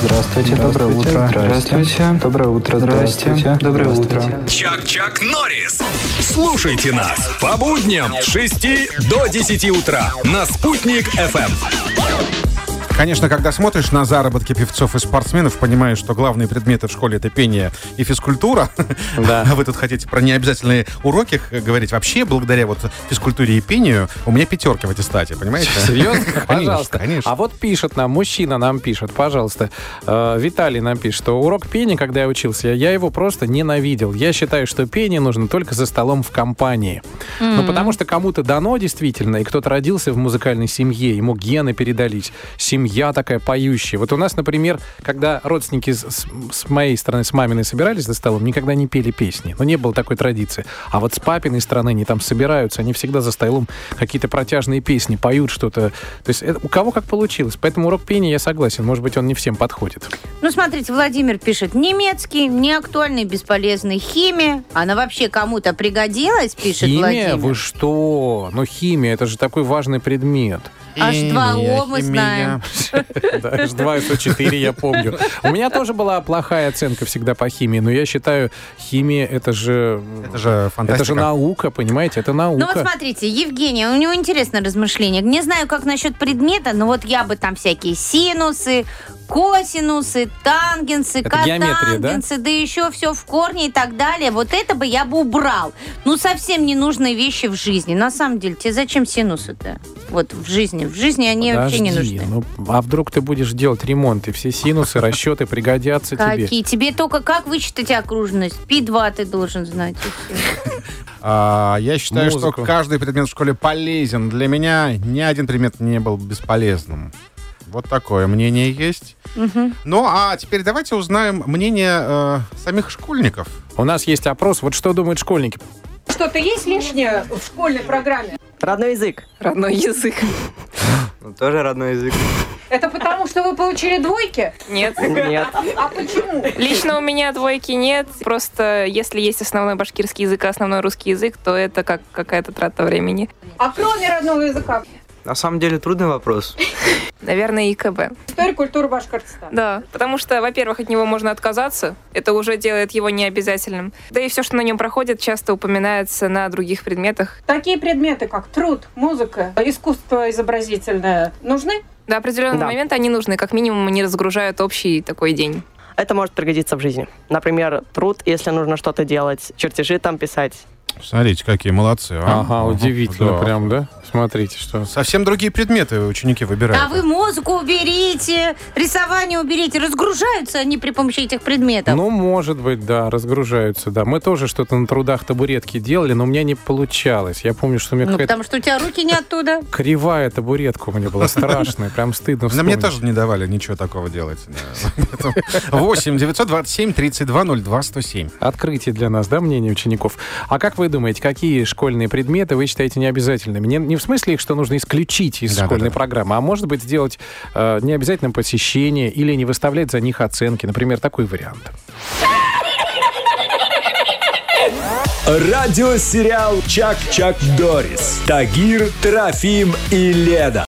Здравствуйте, доброе утро. Здравствуйте. Доброе утро. Здравствуйте. Доброе утро. Чак-Чак Норрис. Слушайте нас по будням с 6 до 10 утра на «Спутник FM. Конечно, когда смотришь на заработки певцов и спортсменов, понимаешь, что главные предметы в школе это пение и физкультура. Да. А вы тут хотите про необязательные уроки э, говорить. Вообще, благодаря вот физкультуре и пению, у меня пятерки в аттестате, понимаете? Серьезно? Конечно, Пожалуйста. Конечно. А вот пишет нам, мужчина нам пишет, пожалуйста. Э, Виталий нам пишет, что урок пения, когда я учился, я его просто ненавидел. Я считаю, что пение нужно только за столом в компании. Ну, потому что кому-то дано действительно, и кто-то родился в музыкальной семье, ему гены передались, семья такая поющая. Вот у нас, например, когда родственники с, с- с моей стороны, с маминой собирались за столом, никогда не пели песни. Но не было такой традиции. А вот с папиной стороны они там собираются, они всегда за столом какие-то протяжные песни поют что-то. То есть это у кого как получилось. Поэтому урок пения, я согласен, может быть, он не всем подходит. Ну, смотрите, Владимир пишет, немецкий, неактуальный, бесполезный, химия. Она вообще кому-то пригодилась, пишет химия? Владимир. Вы что? Ну, химия, это же такой важный предмет. Аж два О мы Химия, знаем. Да, H2, S4, я помню. У меня тоже была плохая оценка всегда по химии, но я считаю, химия это же... Это же фантастика. Это же наука, понимаете? Это Ну вот наука. смотрите, Евгения, у него интересное размышление. Не знаю, как насчет предмета, но вот я бы там всякие синусы, косинусы, тангенсы, Это геометрия, да? котангенсы, да? еще все в корне и так далее. Вот это бы я бы убрал. Ну совсем ненужные вещи в жизни. На самом деле, тебе зачем синусы-то? Вот в жизни. В жизни они вообще не Подожди, нужны. ну, а вдруг ты будешь делать ремонт, и все синусы, расчеты пригодятся тебе? Какие? Тебе только как вычитать окружность? Пи-2 ты должен знать. и всё. А, я считаю, Музыку. что каждый предмет в школе полезен. Для меня ни один предмет не был бесполезным. Вот такое мнение есть. Ну, а теперь давайте узнаем мнение э, самих школьников. У нас есть опрос, вот что думают школьники. Что-то есть лишнее в школьной программе? Родной язык. Родной язык. Тоже родной язык. Это потому, что вы получили двойки? Нет. Нет. А почему? Лично у меня двойки нет. Просто если есть основной башкирский язык и основной русский язык, то это как какая-то трата времени. А кроме родного языка? На самом деле трудный вопрос. Наверное, ИКБ. История культуры Башкортостана. Да, потому что, во-первых, от него можно отказаться. Это уже делает его необязательным. Да и все, что на нем проходит, часто упоминается на других предметах. Такие предметы, как труд, музыка, искусство изобразительное, нужны? До определенного Да. момента они нужны. Как минимум, они разгружают общий такой день. Это может пригодиться в жизни. Например, труд, если нужно что-то делать, чертежи там писать. Смотрите, какие молодцы. а. Ага, удивительно Да. прям, да? Смотрите, что... Совсем другие предметы ученики выбирают. А вы музыку уберите, рисование уберите. Разгружаются они при помощи этих предметов. Ну, может быть, да, разгружаются, да. Мы тоже что-то на трудах табуретки делали, но у меня не получалось. Я помню, что у меня Ну, какая-то потому что у тебя руки не оттуда. кривая табуретка у меня была, страшная, прям стыдно На мне вспомнить. тоже не давали ничего такого делать. да. Поэтому 8 927 32 02 107. Открытие для нас, да, мнение учеников. А как вы думаете, какие школьные предметы вы считаете необязательными? Не, не в смысле их, что нужно исключить из Да, да, школьной да. программы, а может быть сделать э, необязательным посещение или не выставлять за них оценки. Например, такой вариант. Радиосериал Чак-Чак Дорис. Тагир, Трофим и Леда.